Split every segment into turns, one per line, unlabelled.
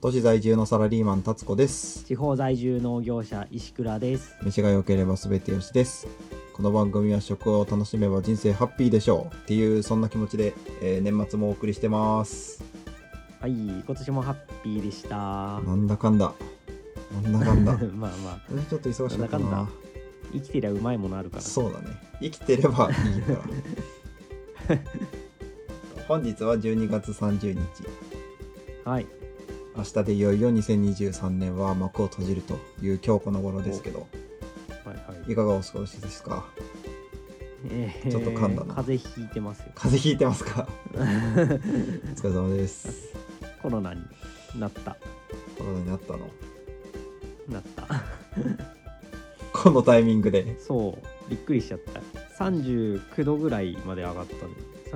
都市在住のサラリーマン達子です
地方在住農業者石倉です
飯が良ければ全てよしですこの番組は食を楽しめば人生ハッピーでしょうっていうそんな気持ちで、えー年末もお送りしてます
はい今年もハッピーでしたま
なんだかんだなんだかんだ
あ まあ
私ちょっと忙しかったな
なんだかん生きてりゃうまいものあるから
そうだね生きてればいいから 本日は12月30日
はい
明日でいよいよ2023年は幕を閉じるという今日この頃ですけど
はいはい
いかがお過ごしですか
えー
ちょっと噛んだな
風邪ひいてますよ
風邪ひいてますかお疲れ様です
コロナになった
コロナになったの
なった
このタイミングで
そうびっくりしちゃった39度ぐらいまで上がった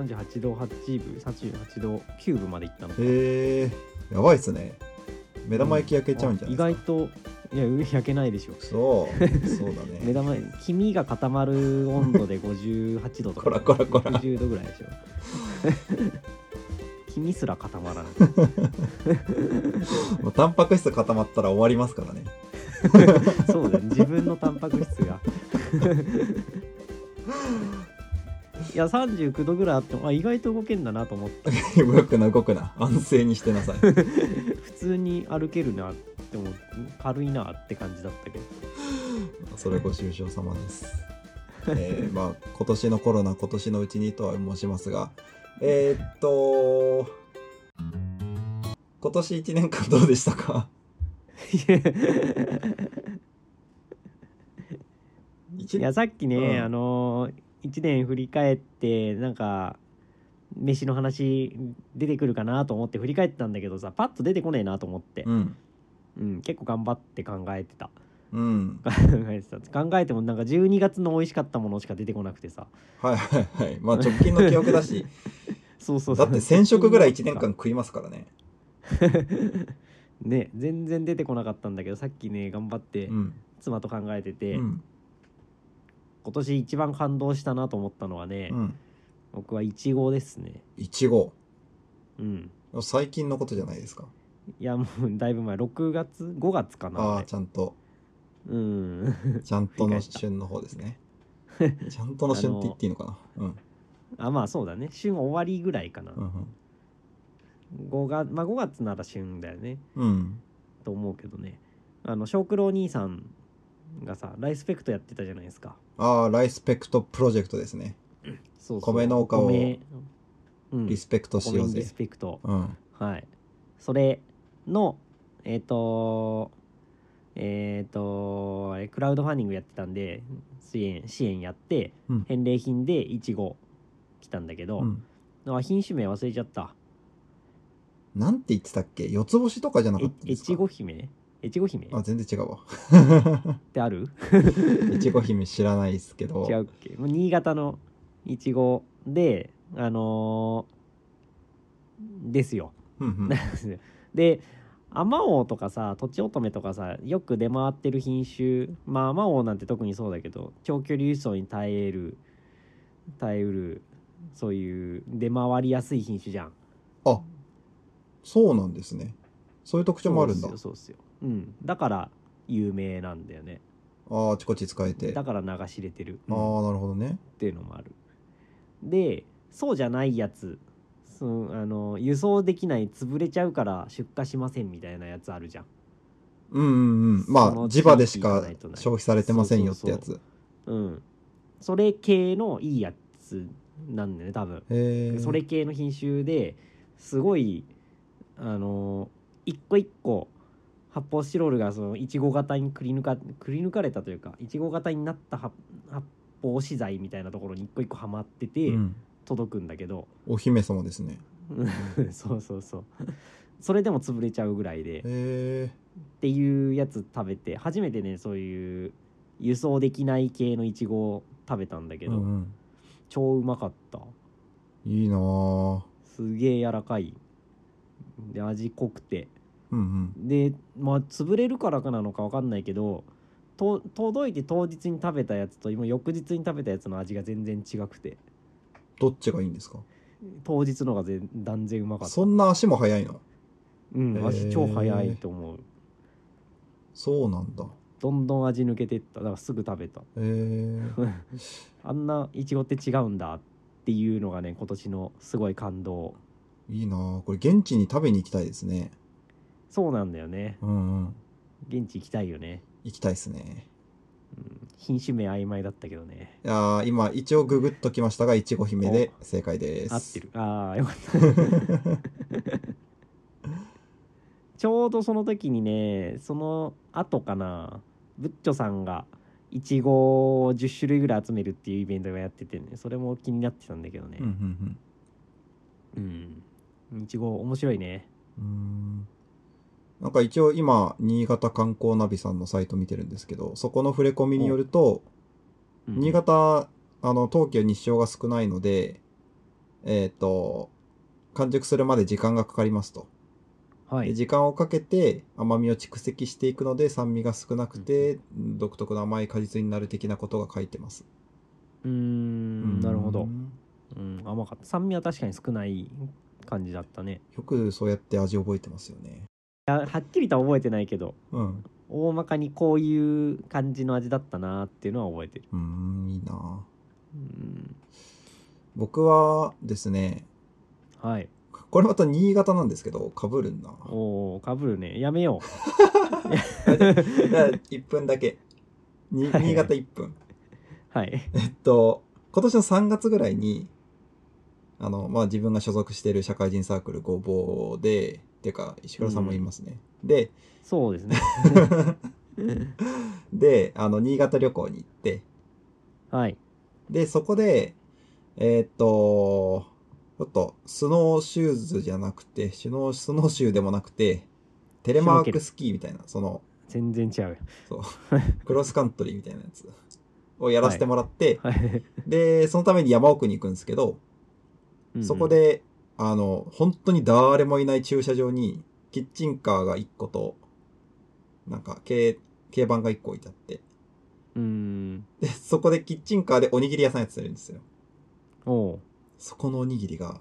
の38度8分38度9分までいったの
へえやばいっすね目玉焼き焼けちゃうんじゃない
あ
で
意外といや焼けないでしょ
すか、そうそうだ
目
ね
玉黄身が固まる温度で58度とか
こらこらこら
60度ぐらいでしょ 黄身すら固まらない
もうタンパク質固まったら終わりますからね
そうだね自分のタンパク質がいや39度ぐらいあってもあ意外と動けんだなと思って
動くな動くな安静にしてなさい
普通に歩けるなって思って軽いなって感じだったけど
それご愁傷様ですえー、まあ今年のコロナ今年のうちにとは申しますがえー、っと今年1年間どうでしたか一
いやさっきね、
うん
あの1年振り返ってなんか飯の話出てくるかなと思って振り返ってたんだけどさパッと出てこねえなと思って
う、ん
うん、結構頑張って考えてた
うん
考えてた考えてもなんか12月の美味しかったものしか出てこなくてさ
はいはいはいまあ直近の記憶だし
そうそうそ
だ
う
って1000食ぐらい1年間食いますからね
ね全然出てこなかったんだけどさっきね頑張って
うん、
妻と考えて
う
て、
ん
今年一番感動したなと思ったのはね、
うん、
僕はイチゴですね
いちご
うん
最近のことじゃないですか
いやもうだいぶ前6月5月かな
あ
あ
あ
れ
ちゃんと
うん
ちゃんとの旬の方ですねちゃんとの旬って言っていいのかなうん
あまあそうだね旬終わりぐらいかな、
うん
5月まあ5月なら旬だよね
うんうん
と思うけどねあの小九郎兄さんがさライスペクトやってたじゃないですか
ああライスペクトプロジェクトですね
そうそう
米農家を
お米うん
リスペクトしよう
米にリ
ぜ
スペクト
うん
はいそれのえっ、とえっ、とあれクラウドファンディングやってたんで支援支援やって、
うん
返礼品でいちご来たんだけど、
うん
あ品種名忘れちゃった
なんて言ってたっけ四つ星とかじゃなかったん
え
で
え
すか
ちご姫えちご姫
あ
っ
全然違うわ
てある
いちご姫知らないですけど
違うっけもう新潟のいちごであのーですよ
うんうん
であまおうとかさとちおとめとかさよく出回ってる品種まああまおうなんて特にそうだけど長距離輸送に耐える耐えうるそういう出回りやすい品種じゃん
あそうなんですねそういう特徴もあるんだ
そうっすよそうっすようんだから有名なんだよね
ああちこち使えてあ
だから流し入れてる、
あーなるほどね
っていうのもあるでそうじゃないやつそのあの輸送できない潰れちゃうから出荷しませんみたいなやつあるじゃん
うんうんうんま
そ
あ
の
磁場でし
地
か
域じゃないとない
消費されてませんよってや
そ
つ
うんそれ系のいいやつなんだよね多分、
へえ
それ系の品種ですごいあの一個一個発泡スチロールがそのいちご型にくり抜かくり抜かれたというかいちご型になった発発泡資材みたいなところに一個一個はまってて
うん
届くんだけど、
お姫様ですね
うん そうそうそうそれでも潰れちゃうぐらいで
へ
っ
え
ていうやつ食べて初めてねそういう輸送できない系のいちごを食べたんだけ
う
ど、
ん
超うまかった
うんいいなあ
すげえ柔らかいで味濃くて
うんうん
でまあ潰れるからかなのか分かんないけどと届いて当日に食べたやつと今翌日に食べたやつの味が全然違くて
どっちがいいんですか
当日のが全断然うまかった
そんな足も速いの
うん
へ
味
ー
超早いと思う
そうなんだ
どんどん味抜けてっただからすぐ食べた
えー、
あんなイチゴって違うんだっていうのがね今年のすごい感動
いいなあこれ現地に食べに行きたいですね
そうなんだよね
うんうん
現地行きたいよね、
行きたいですね
うん、品種名曖昧だったけどね
いやー今一応ググっときましたがいちご姫で正解です
合ってるああよかった ちょうどその時にねその後かなブッチョさんがいちごを10種類ぐらい集めるっていうイベントがやっててねそれも気になってたんだけどね
うんうん
うんいちご面白いね
うんうーんなんか一応今新潟観光ナビさんのサイト見てるんですけどそこの触れ込みによると
うん
新潟あの冬季は日照が少ないのでえっ、と完熟するまで時間がかかりますと
は
で
い
時間をかけて甘みを蓄積していくので酸味が少なくて独特の甘い果実になる的なことが書いてます。
うーんなるほ
う
ど
ん
うん甘かった酸味は確かに少ない感じだったね
よくそうやって味覚えてますよね。
いやはっきりとは覚えてないけど
うん。
大まかにこういう感じの味だったなっていうのは覚えてる
うーん、いいな
うん
僕はですね、
はい
これまた新潟なんですけど、かぶるんな。
おおかぶるねやめよ
1分だけ。に
はい
新潟1分。
うはい
えっと、今年の3月ぐらいに、あの、まあ、自分が所属している社会人サークルごぼうで、てか、石倉さんもいますね。で、
そうですね
であの新潟旅行に行って
はい
でそこでえーっとちょっとスノーシューズじゃなくてスノースノーシューでもなくてテレマークスキーみたいなその
全然違うよ
クロスカントリーみたいなやつをやらせてもらって、
はい
でそのために山奥に行くんですけど、
うん
そこであの本当に誰もいない駐車場にキッチンカーが1個となんか軽軽バンが1個置いてあって
うん
でそこでキッチンカーでおにぎり屋さんやってるんですよ
おお
そこのおにぎりが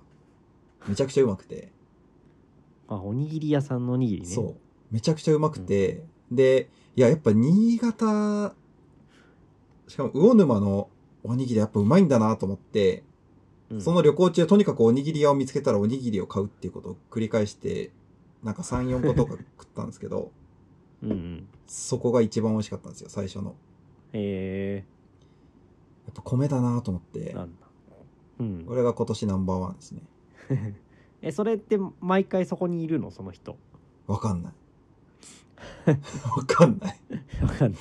めちゃくちゃうまくて、
あおにぎり屋さんのおにぎりね
そうめちゃくちゃうまくて、でいややっぱ新潟しかも魚沼のおにぎりやっぱうまいんだなと思って、
うん、
その旅行中とにかくおにぎり屋を見つけたらおにぎりを買うっていうことを繰り返してなんか34個と か食ったんですけど
うんうん
そこが一番美味しかったんですよ最初の
え
やっぱ米だなと思って
ー、なんだうん
これが今年ナンバーワンですね
えそれって毎回そこにいるのその人
わかんない わかんない
わかんない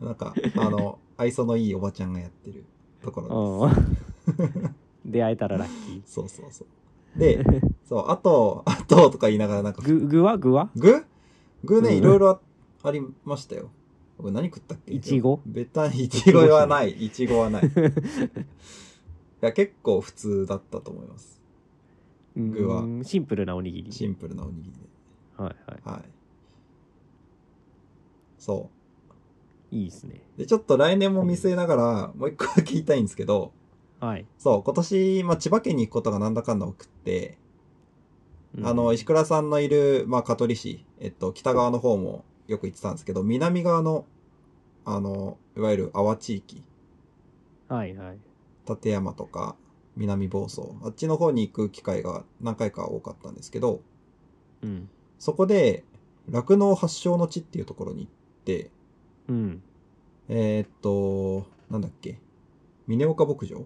なんか、あの、愛想のいいおばちゃんがやってるところ
うん 出会えたらラッキ
です。そうそうそう。で、 そう、あと、あととか言いながら、なんか
ー、具具は具は
具具
う
ね、
ん
いろいろあありましたよ。僕何食ったっけ
いちご
ベタに、いちごはない。いちごはない。いや、結構普通だったと思います。具は
うんシンプルなおにぎり
シンプルなおにぎりで。
はいは
はい。そ
いいいですね
う。で、ちょっと来年も見据えながら、もう一個だけ言いたいんですけど、
はい、
そう、今年、まあ、千葉県に行くことがなんだかんだ多くって、あの、石倉さんのいる、まあ、香取市、えっと、北側の方もよく行ってたんですけど、南側の、あの、いわゆる阿波地域、
はいはい
立山とか、南房総、あっちの方に行く機会が何回か多かったんですけど、
うん
そこで、酪農発祥の地っていうところに行って、
うん
えーっと、なんだっけ、峰岡牧場っ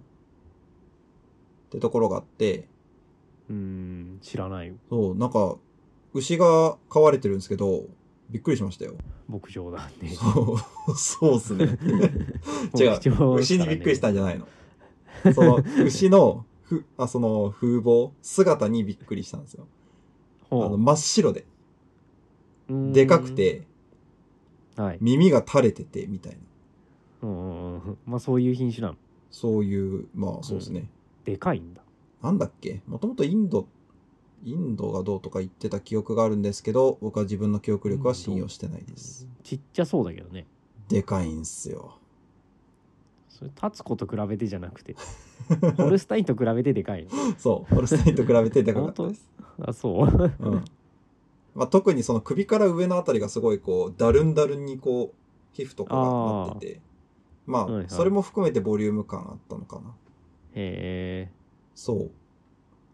てところがあって、
うん知らない
そう、なんか、牛が飼われてるんですけど、びっくりしましたよ。
牧場だね
そう、 そうっすね。違う
牧場です
牛
か
に
らね
びっくりしたんじゃないの。そ の、牛の、ふ、あ、その、風貌、姿にびっくりしたんですよ。あ
ほう
の、真っ白で、
うん
でかくて、
はい
耳が垂れてて、みたいな。
うんうんうんまあそういう品種なの
そういう、まあ、そうですね。
でかいんだ
なんだっけもともとインド、インドがどうとか言ってた記憶があるんですけど、僕は自分の記憶力は信用してないです。
ちっちゃそうだけどね
でかいんすよ。
それ立つ子と比べてじゃ なくてホルスタインと比べてでかいよ
そう、ホルスタインと比べてでかかったです。
あそう
うんまあ、特にその首から上のあたりがすごいこうだるんだるんにこう皮膚とかがなっててまあ、
はいはい
それも含めてボリューム感あったのかな
へ
そう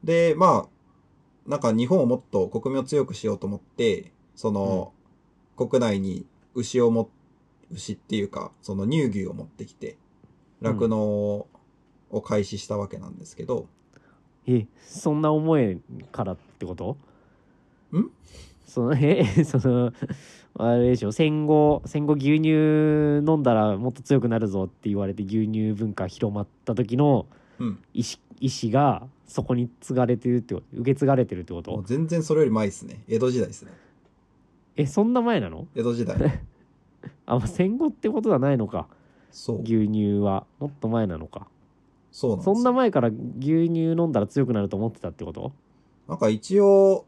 でまあなんか日本をもっと国民を強くしようと思ってその、国内に牛をも牛っていうかその乳牛を持ってきて酪農を開始したわけなんですけど、
ええそんな思いからってこと
ん
そのえ そのあれでしょ戦後戦後牛乳飲んだらもっと強くなるぞって言われて牛乳文化広まった時の
うん
意思意思がそこに継がれてるってこと受け継がれてるってこ
もう
と
全然それより前ですね江戸時代ですね
えそんな前なの
江戸時 代
あ、まあ、戦後ってことはないのか
そう
牛乳はもっと前なのか
そうなんです
そ
よ
んな前から牛乳飲んだら強くなると思ってたってこと
なんか一応、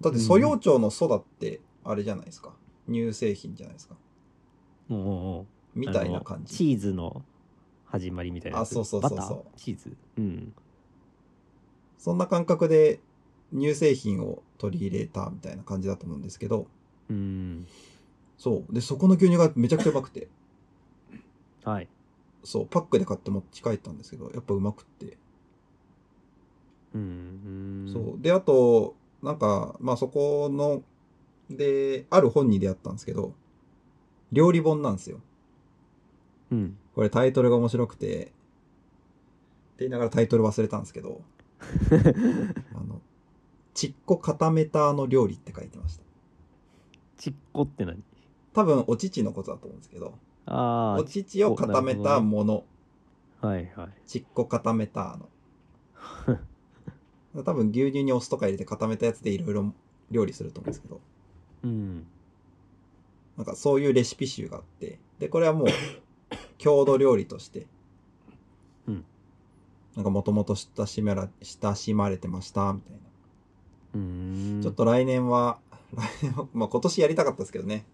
だって素養庁の素だって、あれじゃないですか。乳製品じゃないですか。
うんうんうん
みたいな感
あのチ
じ。
ーズの始まりみたいなやつ
あそうそうそうそう
バターチーズうん
そんな感覚で乳製品を取り入れたみたいな感じだと思うんですけど、
うん
そう。で、そこの牛乳がめちゃくちゃうまくて、
はい
そう、パックで買って持ち帰ったんですけど、やっぱうまくって。
うんうん
そう。で、あと、なんか、まあそこの、で、ある本に出会ったんですけど、料理本なんですよ。
うん
これタイトルが面白くて、って言いながらタイトル忘れたんですけど、あの、ちっこ固めたの料理って書いてました。
ちっこって何
多分、お乳のことだと思うんですけど、
あ
お乳を固めたもの、
あはいはい
ちっこ固めたの。多分、牛乳にお酢とか入れて固めたやつでいろいろ料理すると思うんですけど、
うん
なんかそういうレシピ集があって、で、これはもう、郷土料理として、
うん
なんかもともと親しめら親しまれてました、みたいな。
うん
ちょっと来年は、来年は、 まあ今年やりたかったですけどね。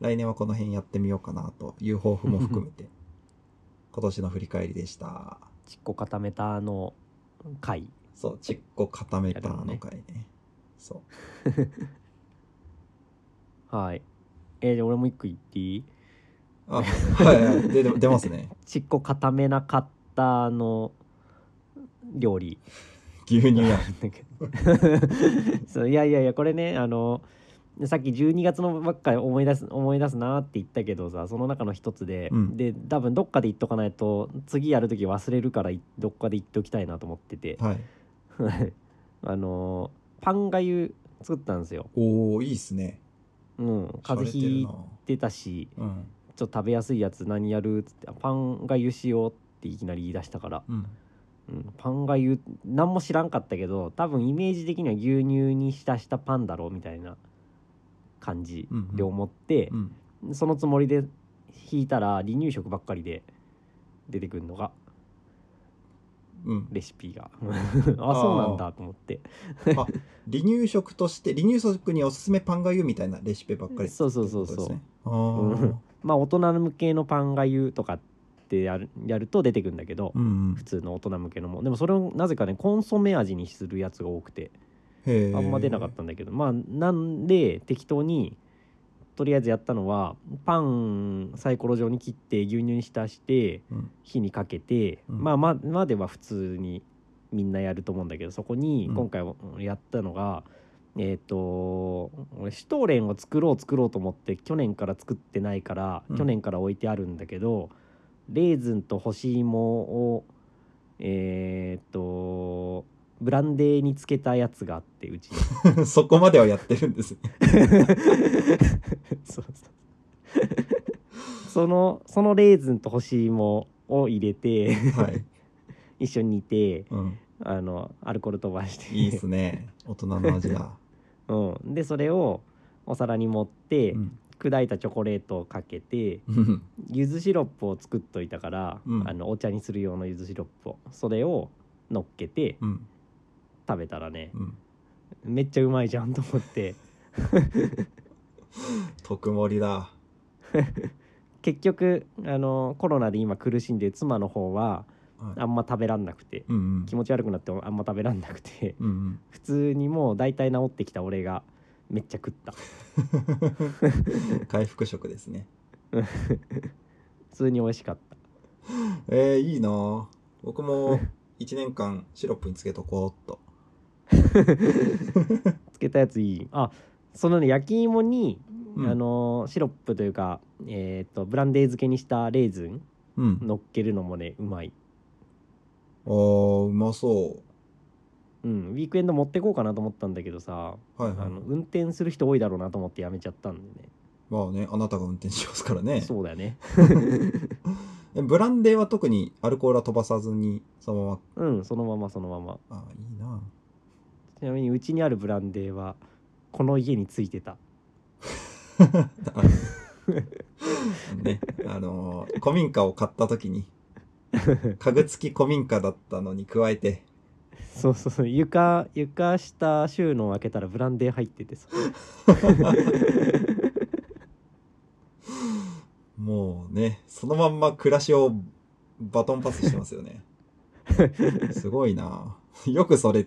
来年はこの辺やってみようかなという抱負も含めて、今年の振り返りでした。
ちっこ固めたあの回
そう、チッコ固めたあの回ね。そう。
はいえー、じゃあ俺も一個言っていい
あ、はいはい、でで出ますね。
ちっこ固めなかったあの料理
牛乳や。
なんか そういやいやいやこれねあのさっき12月のばっかり思い出す思い出すなって言ったけどさその中の一つで、
うん
で多分どっかで言っとかないと次やる時忘れるからいどっかで言っときたいなと思ってて
はい。
あのパンがゆ作ったんですよ、
おー、いいっすね。
うん、風邪ひい
洒落
てたして
るなうん。
ちょっと食べやすいやつ何やるっつってあパンがゆしようっていきなり言い出したから
うん。
うん、パンが言う何も知らんかったけど多分イメージ的には牛乳に浸したパンだろうみたいな感じ
うんうん
で思って
う、ん。
そのつもりで引いたら離乳食ばっかりで出てくるのが
うん。
レシピが あそうなんだと思って
あ、離乳食として、離乳食におすすめパンがゆみたいなレシピばっかり
そうそうそうそ
っ
う
てことですねあー
まあ大人向けのパンがゆとかってやるやると出てくるんだけど、
うんうん
普。通の大人向けのもでもそれをなぜかねコンソメ味にするやつが多くて
へー
あんま出なかったんだけど、まあなんで適当にとりあえずやったのはパンサイコロ状に切って牛乳に浸して
うん
火にかけて、
うん
まあままでは普通にみんなやると思うんだけどそこに
うん
今回やったのが、えっ、と俺シュトーレンを作ろう作ろうと思って去年から作ってないから、
うん
去年から置いてあるんだけどレーズンと干し芋をえっ、とブランデーにつけたやつがあってうち に
そこまではやってるんですね。
そうそうそのそのレーズンと干し芋を入れて
はい。
一緒に煮て
うん。
あのアルコール飛ばして
いいっすね。大人の味だ。
うん、でそれをお皿に盛って、
うん
砕いたチョコレートをかけて
うん。
柚子シロップを作っといたから、
うん
あのお茶にする用の柚子シロップをそれを乗っけて
うん。
食べたらね
うん。
めっちゃうまいじゃんと 思って
特盛りだ。
結局あのコロナで今苦しんでる妻の方は
はい
あんま食べらんなくて
うんうん
気持ち悪くなってあんま食べらんなくて
うんうん。
普通にもう大体治ってきた俺がめっちゃ食った
回復食ですね
普通に美味しかった
えー、いいなぁ僕も1年間シロップにつけとこうっと
つけたやついいあそのね焼き芋に、
うん
あのシロップというか、えー、とブランデー漬けにしたレーズン
うん
乗っけるのもねうまい、
あーうまそ
うん、ウィークエンド持ってこうかなと思ったんだけどさ、
うはいは
あ
い
の運転する人多いだろうなと思ってやめちゃったんでね
まあねあなたが運転しますからね
そうだよね
えブランデーは特にアルコールは飛ばさずにそのまま
うんそのままそのまま
あーいいな
ちなみにうちにあるブランデーはこの家についてた
ぁあのねあのー古民家を買った時 に家具付き古民家だったのに加えて
そうそうそう床床下収納開けたらブランデー入っててさ
もうねそのまんま暮らしをバトンパスしてますよ ねすごいなぁよくそれ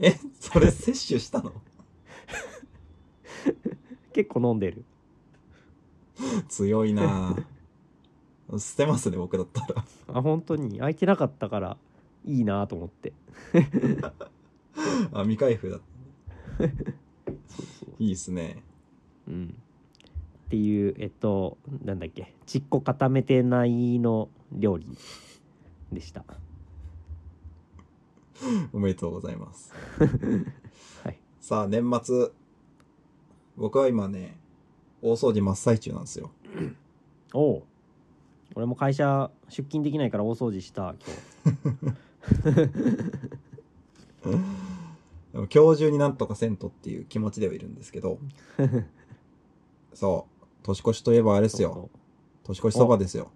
えそれ摂取したの
結構飲んでる
強いなぁ捨てますね僕だったら
あ本当に開いてなかったからいいなと思って
あ未開封だ
そうそう
いいですね
うんっていうえっとなんだっけちっこ固めてないの料理でした
おめでとうございます
はい
さあ年末僕は今ね大掃除真っ最中なんですよ
おおう俺も会社出勤できないから大掃除した今日
でも今日中になんとかせんとっていう気持ちではいるんですけ どそう年越しといえばあれですよ年越しそばですよ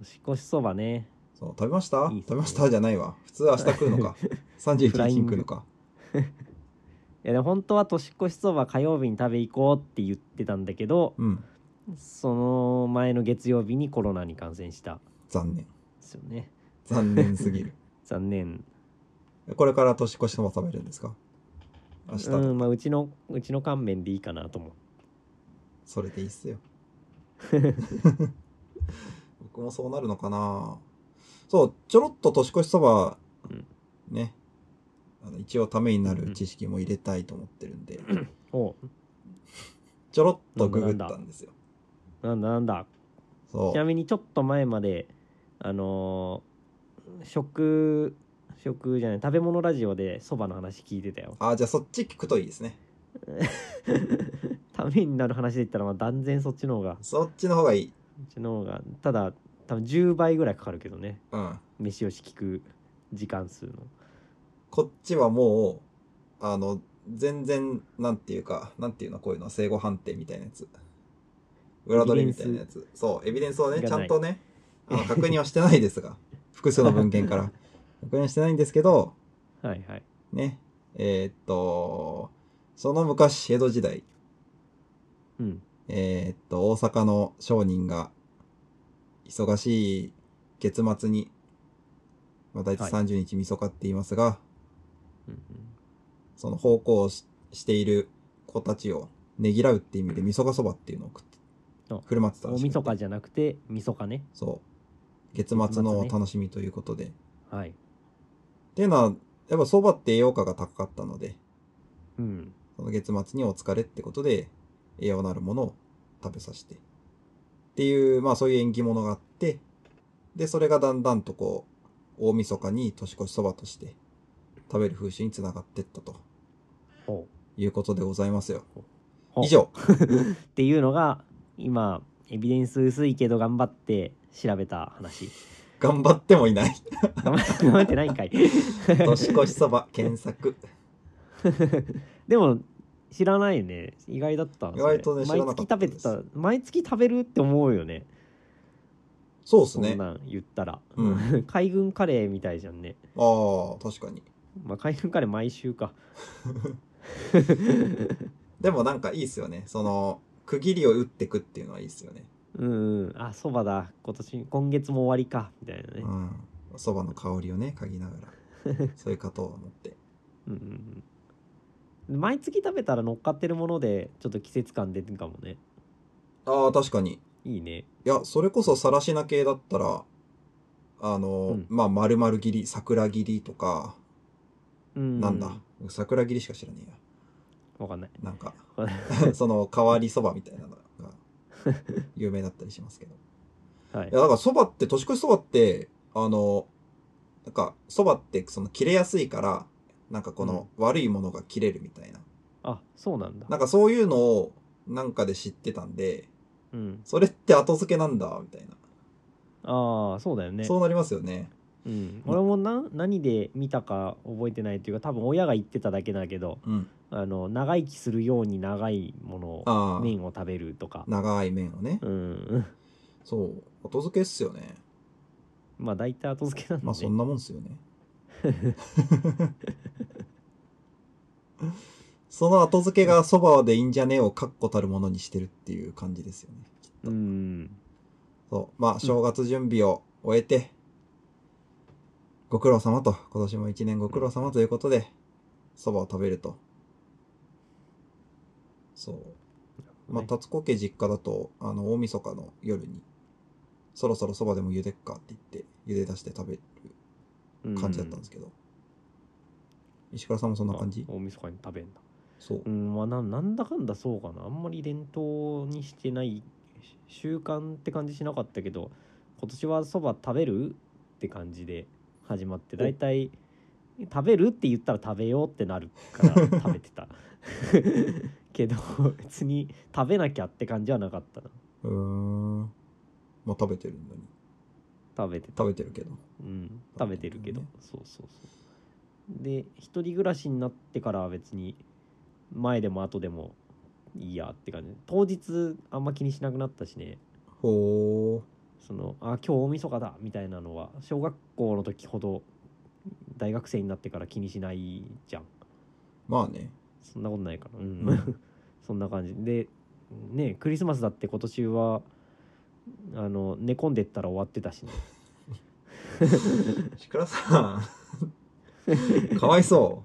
年越しそばね
そう食べました
いいっすね
食べましたじゃないわ普通明日来る のか31日に来るのか
いやでも本当は年越しそば火曜日に食べ行こうって言ってたんだけど
うん
その前の月曜日にコロナに感染したん
残念
ですよね
残念す ぎる
残念
これから年越しそば食べるんですか明日、
うんまあうちのうちの乾麺でいいかなと思う
それでいいっ すよ僕もそうなるのかなそうちょろっと年越しそば、
うん
ねあの一応ためになる知識も入れたいと思ってるんで、
おう
ちょろっとググったんですよ
なんだなんだ
そ
ちなみにちょっと前まであのー食食じゃない食べ物ラジオでそばの話聞いてたよ
うあじゃあそっち聞くといいですね
ためになる話で言ったらまあ断然そっちの方が
そっちの方がいい
そっちの方がただ多分10倍ぐらいかかるけどね
うん
飯をし聞く時間数の
こっちはもうあの全然なんていうかなんていうのこういうの正誤判定みたいなやつ裏取りみたいなやつそうエビデンスをね
が
ち
な
ゃ
い
んとねあの確認はしてないですが 複数の文献から確認はしてないんですけど
はいはい
ねえーっとその昔江戸時代
うん
えーっと大阪の商人が忙しい月末に、まあ、大体
は
30日みそかって言いますが、
うん
その奉公をししている子たちをねぎらうって意味で味噌がそばっていうのを食って
あ
振る舞ってた
うん大
らしい
晦日じゃなくてみそかね
そう月末のお楽しみということで、
はい
っていうのはやっぱそばって栄養価が高かったので
うん
その月末にお疲れってことで栄養のあるものを食べさせてっていうまあそういう縁起物があってでそれがだんだんとこう大晦日に年越しそばとして食べる風習につながってったと
ほ
いうことでございますよ
うほう
以上
っていうのが今エビデンス薄いけど頑張って調べた 話
頑張ってもいない
頑張って頑張ってないんか い
年越しそば検索
でも知らないね意外だった
意外とね
それ
知らなかった
毎月食べてた毎月食べるって思うよね
そうです
そん
ね
なん言ったら、
う
海軍カレーみたいじゃんね
ああ確かに
まあ海軍カレー毎 週か
でもなんかいいっすよねその区切りを打ってくっていうのはいいっすよね
うんうんあそばだ今年今月も終わりかみたいなね、
うんそばの香りをね嗅ぎながらそういうことを思って
うんうんうん毎月食べたら乗っかってるものでちょっと季節感出るかもね
ああ確かにい
いいね
やそれこそさらしな系だったらあの、
うん
まあ丸々切り桜切りとか、
うん
なんだ桜切りしか知らねえや
わかんない
なん か
これ
その変わりそばみたいなのが有名だったりしますけど
はい
いやだからそばって年越しそばってあのなんかそばってその切れやすいからなんかこの悪いものが切れるみたいな、
あそうなんだ
なんかそういうのをなんかで知ってたんで
うん
それって後付けなんだみたいな、
ああそうだよね
そうなりますよね
うん、俺もな何で見たか覚えてないというか多分親が言ってただけだけど
うん
あの長生きするように長いものを
ああ
麺を食べるとか
長い麺をね、
うん
そう後付けっすよね
まあ大体後付けなんだ
まあ
ね
そんなもんっすよね その後付けがそばでいいんじゃねえを確固たるものにしてるっていう感じですよねきっと
うん
そう。まあ、正月準備を終えて、ご苦労様と、今年も一年ご苦労様ということで、蕎麦を食べると。そう。まあ、
ね
達子家実家だと、あの、大晦日の夜に、そろそろ蕎麦でも茹でっかって言って、茹で出して食べる感じだったんですすけど。石倉さんもそんな感じ
大晦日に食べんだ
そう
う。んまあななんだかんだそうかなあんまり伝統にしてないし習慣って感じしなかったけど今年はそば食べるって感じで始まって
お
大体食べるって言ったら食べようってなるから食べてた けど別に食べなきゃって感じはなかったな
うーん。まあ、食べてるのに。
食べてた
食べてるけど。
うん、食べてるけど、
ね
そうそうそうで一人暮らしになってからは別に前でも後でもいいやって感じ当日あんま気にしなくなったしね
ほ
そのあ今日大晦日だみたいなのは小学校の時ほど大学生になってから気にしないじゃん
ー。まあね。
そんなことないから、う、
うん
そんな感じでねクリスマスだって今年はあの寝込んでったら終わってたしね
石倉さんかわいそ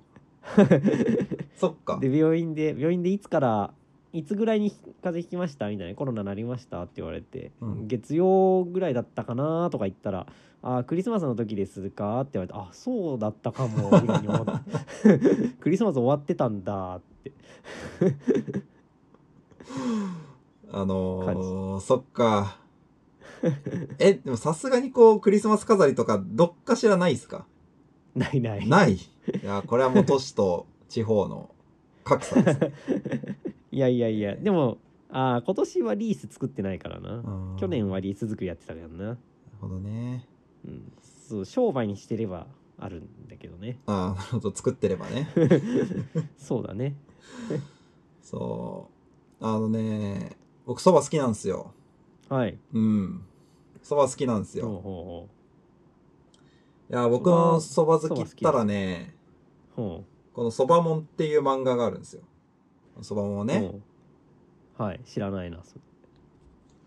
うそっか
で病院で病院でいつからいつぐらいにひ風邪ひきましたみたいなコロナなりましたって言われて、
うん
月曜ぐらいだったかなとか言ったら「あークリスマスの時ですか?」って言われて「あそうだったかも」みたいに思って クリスマス終わってたんだって
あのー、そっかえでもさすがにこうクリスマス飾りとかどっかしらないっすか
ないないい
ないいやこれはもう都市と地方の 格差 ですね
や いやいやでもあー今年はリース作ってないからな
うん
去
な
年はリース作りやってたからな、
るほどね
うん、そう商売にしてればあるんだけどね
ああなるほど作ってればね
そうだね
そうあのね僕そば好きなんですよ
はい
うんそば好きなんです
ほうほう
よ
ほ
いや僕のそば好きったらね
うほう
この「そばもん」っていう漫画があるんですよ。そばもんをね。
うんはい知らないなそれ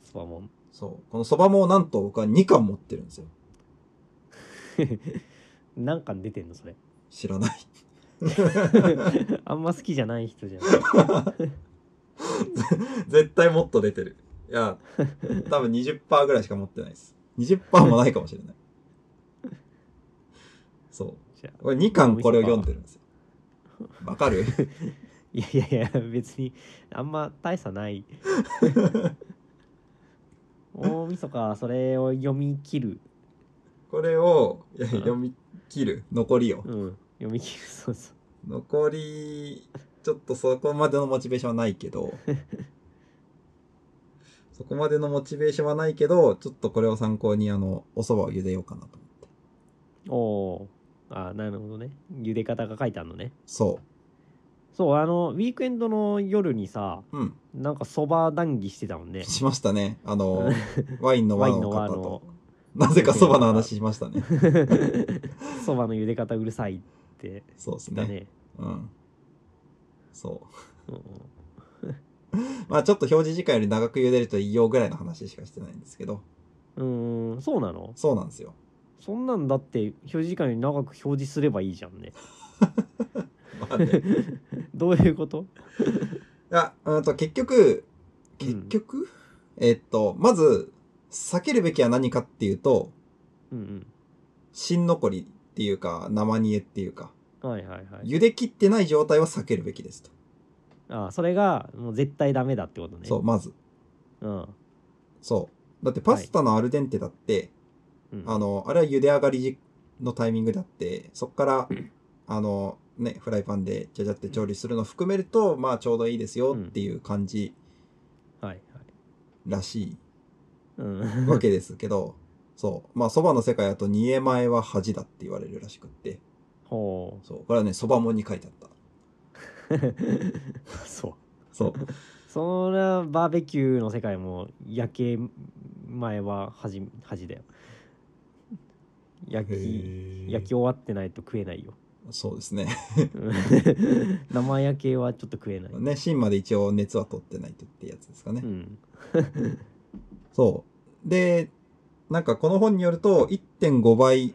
そばもん
そう。このそばもんをなんと僕は2巻持ってるんですよ。
何巻出てんのそれ
知らない。
あんま好きじゃない人じゃん
絶対もっと出てる。いや、多分20%ぐらいしか持ってないです。20%もないかもしれない。そう。
じゃあ
これ2巻これを読んでるんですよ。わかる
いやいやいや別にあんま大差ない大晦日それを読み切る、
これをいや読み切る。残りを。
うん、読み切るそうそう
残りちょっとそこまでのモチベーションはないけどそこまでのモチベーションはないけどちょっとこれを参考にあのお蕎麦を茹でようかなと思って
おおーあなるほどね茹で方が書いてあるのね
そ
そうあのウィークエンドの夜にさ
ううん
なんかそば談義してたもんね
しましたねあ のワインの
ワ
和
イン
の
の輪
方
の
となぜか蕎麦の話しましたね
そばの茹で方うるさいって
そうです
だ
ね
ね。
うんそう
うんうん
まあちょっと表示時間より長く茹でるといいよぐらいの話しかしてないんですけど
うーん、そうなの
そうなんですよ
そんなんだって表示時間より長く表示すればいいじゃんね。
まあね、
どういうこと
あうんと結局結局、えっとまず避けるべきは何かっていうと
うん
芯残りっていうか生煮えっていうか
うんはいはいはい
茹で切ってない状態は避けるべきですと、
ああそれがもう絶対ダメだってことね
そうまず
うん、うん、
そうだってパスタのアルデンテだって、あの、あれは茹で上がり時のタイミングであって、そこから、あの、ね、フライパンでじゃじゃって調理するの含めると、まあちょうどいいですよっていう感じ
はいはい
らし
う
い
ん
わけですけど、そう。まあ蕎麦の世界だと煮え前は恥だって言われるらしくって、
ほ
そう。これはね、蕎麦もんに書いてあった。
うそう
そう。
そりゃバーベキューの世界も夜景前は恥恥だよ焼き焼き終わってないと食 えないよ
そうですね。
生焼けはちょっと食えない、
ね、芯まで一応熱は取ってないとってやつですかね。
うん
そう。で、なんかこの本によると、1.5倍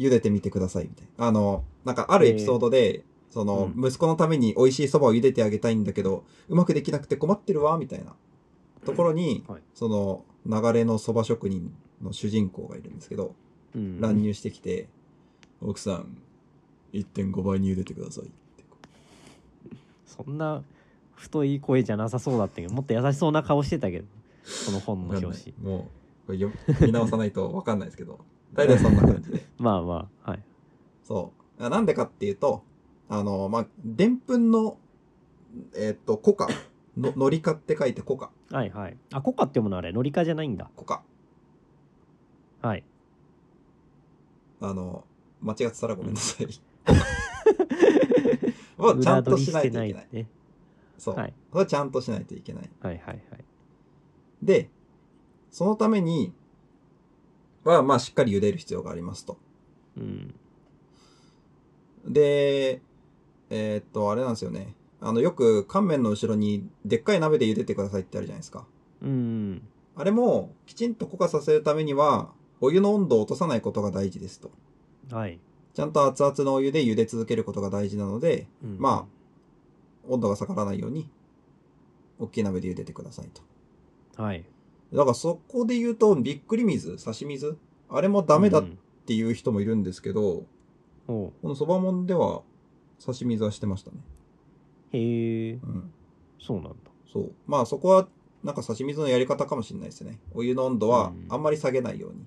茹でてみてくださいみたいな。あの、なんかあるエピソードで、その、
う
息子のために美味しいそばを茹でてあげたいんだけど、うまくできなくて困ってるわ、みたいなところに、
はい
その、流れのそば職人の主人公がいるんですけど、
うん
乱入してきて、奥さん、1.5倍に茹でてくださいって。
そんな太い声じゃなさそうだったけどもっと優しそうな顔してたけどこの本の
わかん
表
ない
紙
もう、これ読み見直さないとわかんないですけど、大体そんな感じで。
まあまあはい
そう。あなんでかっていうと、あの、まあ、でんぷんの、えっ、と、コカ。の、のりかって書いてコカ。
はいはいあコカって読むのあれノリカじゃないんだ
コカ。
はい
あの、間違ってたらごめんなさい。コカはちゃんとしないといけない。
裏取りして
そう。
はい
それはちゃんとしないといけない。
ないねはいはいはい
で、そのために、は、まあ、しっかり茹でる必要がありますと。
うん
で、えっと、あれなんですよね。あの、よく乾麺の後ろに、でっかい鍋で茹でてくださいってあるじゃないですか。
うん
あれもきちんと固化させるためにはお湯の温度を落とさないことが大事ですと。
はい、
ちゃんと熱々のお湯で茹で続けることが大事なので
うん
ま温度が下がらないように大きい鍋で茹でてくださいと。
はい
だからそこで言うとびっくり水差し水あれもダメだ
う
っ
ん
ていう人もいるんですけど、
おう
このそばもんでは差し水はしてましたね。
へえ
うん。
そうなんだ
そう。まあそこはなんか差し水のやり方かもしれないですね。お湯の温度はあんまり下げないように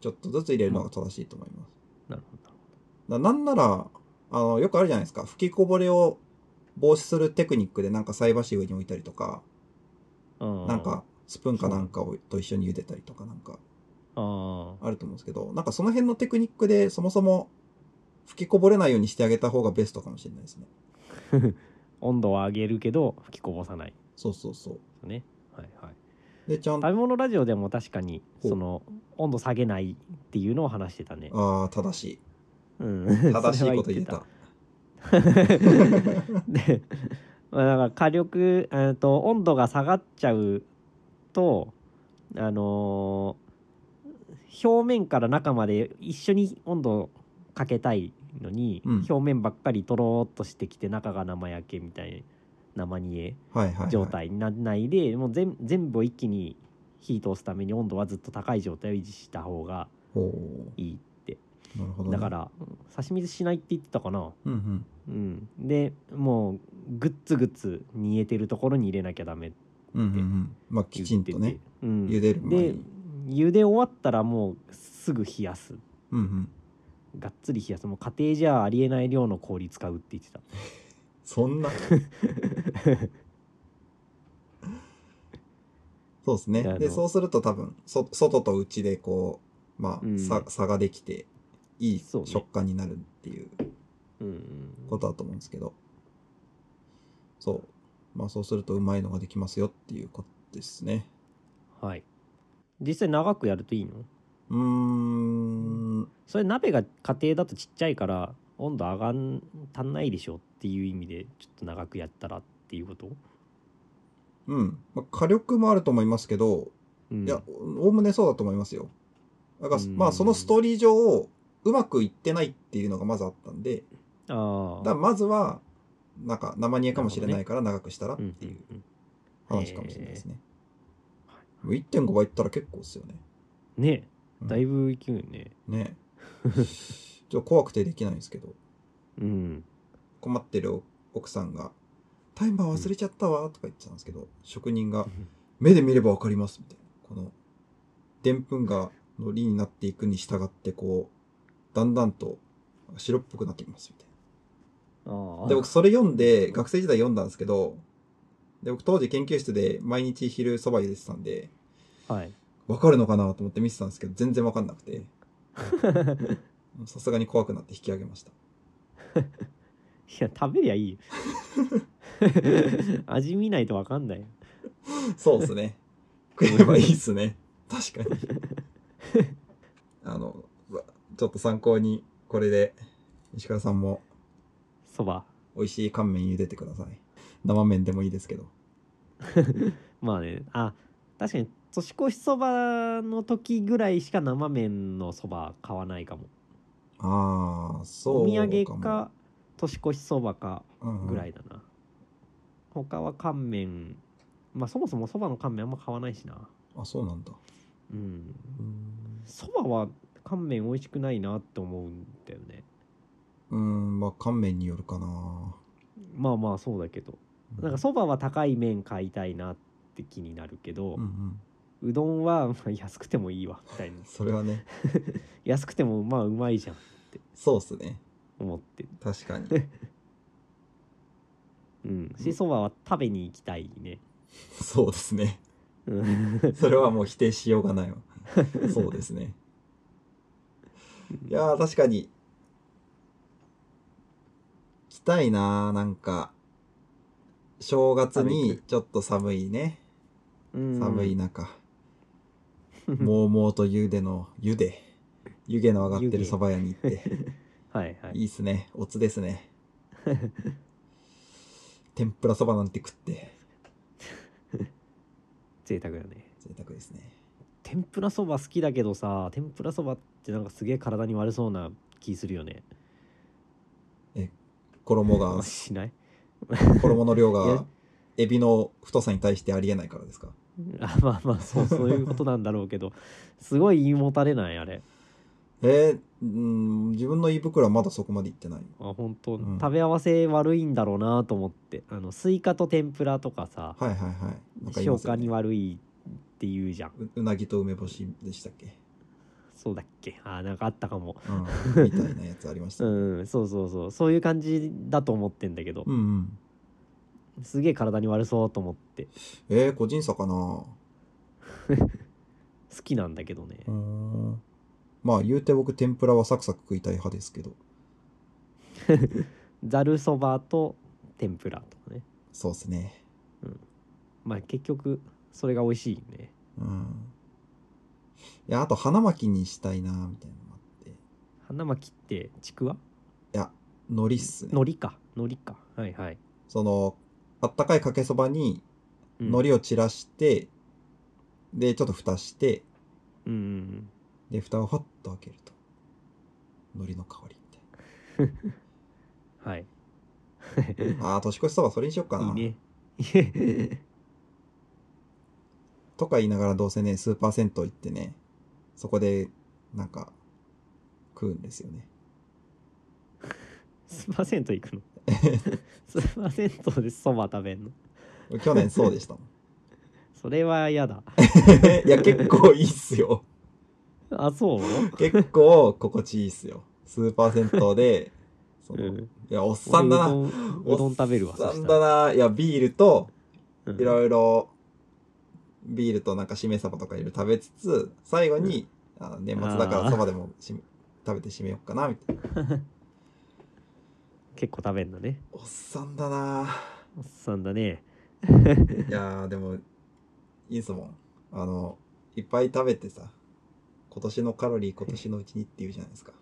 ちょっとずつ入れるのが正しいと思います。
なるほど
ななんならあのよくあるじゃないですか吹きこぼれを防止するテクニックでなんか菜箸上に置いたりとか
あー
なんかスプーンかなんかをと一緒に茹でたりとかなんか
あー
あると思うんですけどなんかその辺のテクニックでそもそも吹きこぼれないようにしてあげた方がベストかもしれないですね
温度は上げるけど吹きこぼさない
そうそうそ
ねはいはいう
でちゃん
食べ
と
物ラジオでも確かに
ほう
その温度下げないっていうのを話してたね、
ああ正しい
うん、
正しいこと言え
そ
た
れは言っ てたで、まあ、だから火力えーと温度が下がっちゃうとあのー表面から中まで一緒に温度をかけたいのに、
うん
表面ばっかりとろーっとしてきて中が生焼けみたいな生煮え
はいはい、はい、
状態にならないで、もう全全部を一気に火通すために温度はずっと高い状態を維持した方が
ほう
いいって
なるほど、ね、
だから刺身しないって言ってたかな
うんうん
うんでもうグッツグッツ煮えてるところに入れなきゃダメって
うんうんうんまあきち
言っ
ん
て
と
て
ね、
うん、
茹でる前に
で茹で終わったらもうすぐ冷やす
うんうん
がっつり冷やすもう家庭じゃありえない量の氷使うって言ってた
そんな そうです
いやあ
ね。
の
で、そうすると多分、そ外と内でこう、まあ、
うん
さ差ができて、いい
そうね
食感になるっていう
うん
ことだと思うんですけど。そう。まあそうするとうまいのができますよっていうことですね。
はい実際長くやるといいの
うーん。
それ鍋が家庭だとちっちゃいから温度上がん足んないでしょっていう意味でちょっと長くやったらっていうこと、
うん。まあ、火力もあると思いますけど、
うん、
いや、おおむねそうだと思いますよ。だから、
うん
まあそのストーリー上、うまくいってないっていうのがまずあったんで、
あ
だから
あ
まずはなんか生煮えかもしれないから長くしたらっていう
うんうん
話かもしれないですね、もう1.5倍いったら結構ですよね
うんね
うん
だいぶ勢いね
ね ちょっと怖くてできないんですけど
うん
困ってる奥さんが「タイマー忘れちゃったわ」とか言ってたんですけど職人が「目で見れば分かります」みたいなこのでんぷんがのりになっていくに従ってこうだんだんと白っぽくなってきますみたい
ああ
なで僕それ読んで学生時代読んだんですけどで僕当時研究室で毎日昼そば茹でてたんで
はい
分かるのかなと思って見てたんですけど全然分かんなく てさすがに怖くなって引き上げました
いや食べりゃいいよ 味見ないとわかんないよ
そうですね。食えばいいっすね。確かに。あの、わちょっと参考に、これで、石川さんも
そば
美味しい乾麺茹でてください。生麺でもいいですけど。
まあねあ確かに年越しそばの時ぐらいしか生麺のそば買わないかも
ああ、そう
お土産
も
か年越しそばか
うんうん
ぐらいだな、他は乾麺まあそもそもそばの乾麺あんま買わないしな
あ、そうなんだ。
うん
うーん
そばは乾麺美味しくないなって思うんだよね
うーん、まあ、乾麺によるかな。
まあまあそうだけどなんかそばは高い麺買いたいなって気になるけど、
うんうん。
うどんはまあ安くてもいい わみたいな
それはね、
安くてもまあうまいじゃん
そうっすね。
思って
確かに。
うんしそばは食べに行きたいね
そうですね。
うん
それはもう否定しようが ないわ。そうですね。いやー確かに来たいなーなんか正月にちょっと寒いね
うん
寒い中もうもうと湯での湯で湯気の上がってるそば屋に行って
はいはい
いいっすねおつですね天ぷらそばなんて食って
贅沢だね
贅沢ですね
天ぷらそば好きだけどさ天ぷらそばってなんかすげえ体に悪そうな気するよね
衣
あ
が
しない
衣の量
い
が
や
エビの太さに対してありえないからですか
あまあまあそうそういうことなんだろうけ どすごい胃もたれないあれ
えー、うん自分の胃袋はまだそこまで行ってない
あ本当、
うん
食べ合わせ悪いんだろうなと思ってあのスイカと天ぷらとかさ、
はいはいはい。なんか言いま
消
すよ
化
ね
に悪いっていうじゃん
ううなぎと梅干しでしたっけ、
そうだっけあなんかあったかも
うん、みたいなやつありました
う
ね、
んそうそうそうそういう感じだと思ってんだけど
うん、うん。
すげえ体に悪そうと思って
えー、個人差かな
好きなんだけどね
うーん。まあ言うて僕天ぷらはサクサク食いたい派ですけど、
ざるそばと天ぷらとかね
そうですね。
まあ結局それが美味しいね
うん。いや、あと花巻にしたいなみたいなのもあって。い
花巻ってちくわ
や、海苔っすね。
海苔か海苔かはいはい
その、あったかいかけそばに
うん
海苔を散らして、で、ちょっと蓋して、
うんうん
で、蓋をファッと開けると、海苔の香りみたいな。
うんはい
ああ、年越しそばそれにしよっかな。
いいね
とか言いながらどうせね、スーパー銭湯行ってね、そこで、なんか、食うんですよね。
スーパー銭湯行くのスーパー銭湯でそば食べんの
去年そうでしたもん。
それは嫌だ
いや、結構いいっすよ。
あそう
結構心地いいっすよ。スーパー銭湯で、その、
うん
いや、おっさんだな。
俺うどんうどん食べるわ
おっさん
そ
だな。いや、ビールと、
したらうん
いろいろ、ビールとなんかしめ鯖とかいろいろ食べつつ、最後に、あの年末だか
あー
らそばでもしめ食べて締めようかな、みたいな。
結構食べんだね
おっさんだな。
おっさんだね
いやーでもいいですもんあのいっぱい食べてさ今年のカロリー今年のうちにって言うじゃないですか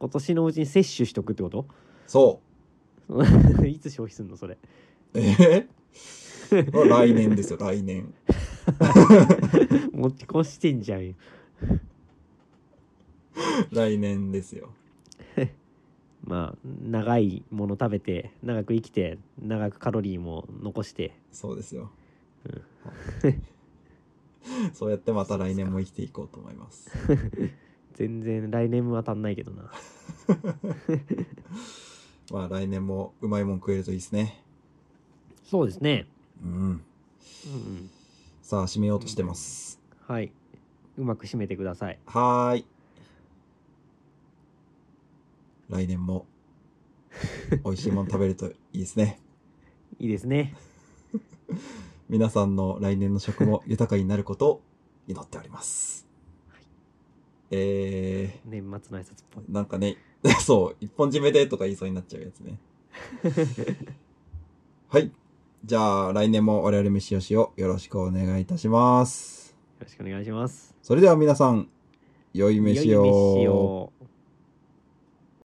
今年のうちに摂取しとくってこと
そ
いつ消費すんのそれ
うえーこれ来年ですよ来年
持ち越してんじゃんよ
来年ですよ
まあ長いもの食べて長く生きて長くカロリーも残して
そうですよ、
うん
はいそうやってまた来年も生きていこうと思います
全然来年も当たんないけどな
まあ来年もうまいもん食えるといいですね
そうですね
うん
うん
さあ締めようとしてます、
うんはいうまく締めてください
はーい来年も美味しいもの食べるといいですね
いいですね
皆さんの来年の食も豊かになることを祈っております、
はい
え
年末の挨拶っぽい
ー、なんかね そう一本締めでとか言いそうになっちゃうやつねはいじゃあ来年も我々飯よしをよろしくお願いいたします
よろしくお願いします
それでは皆さん良い
良い
飯を
飯を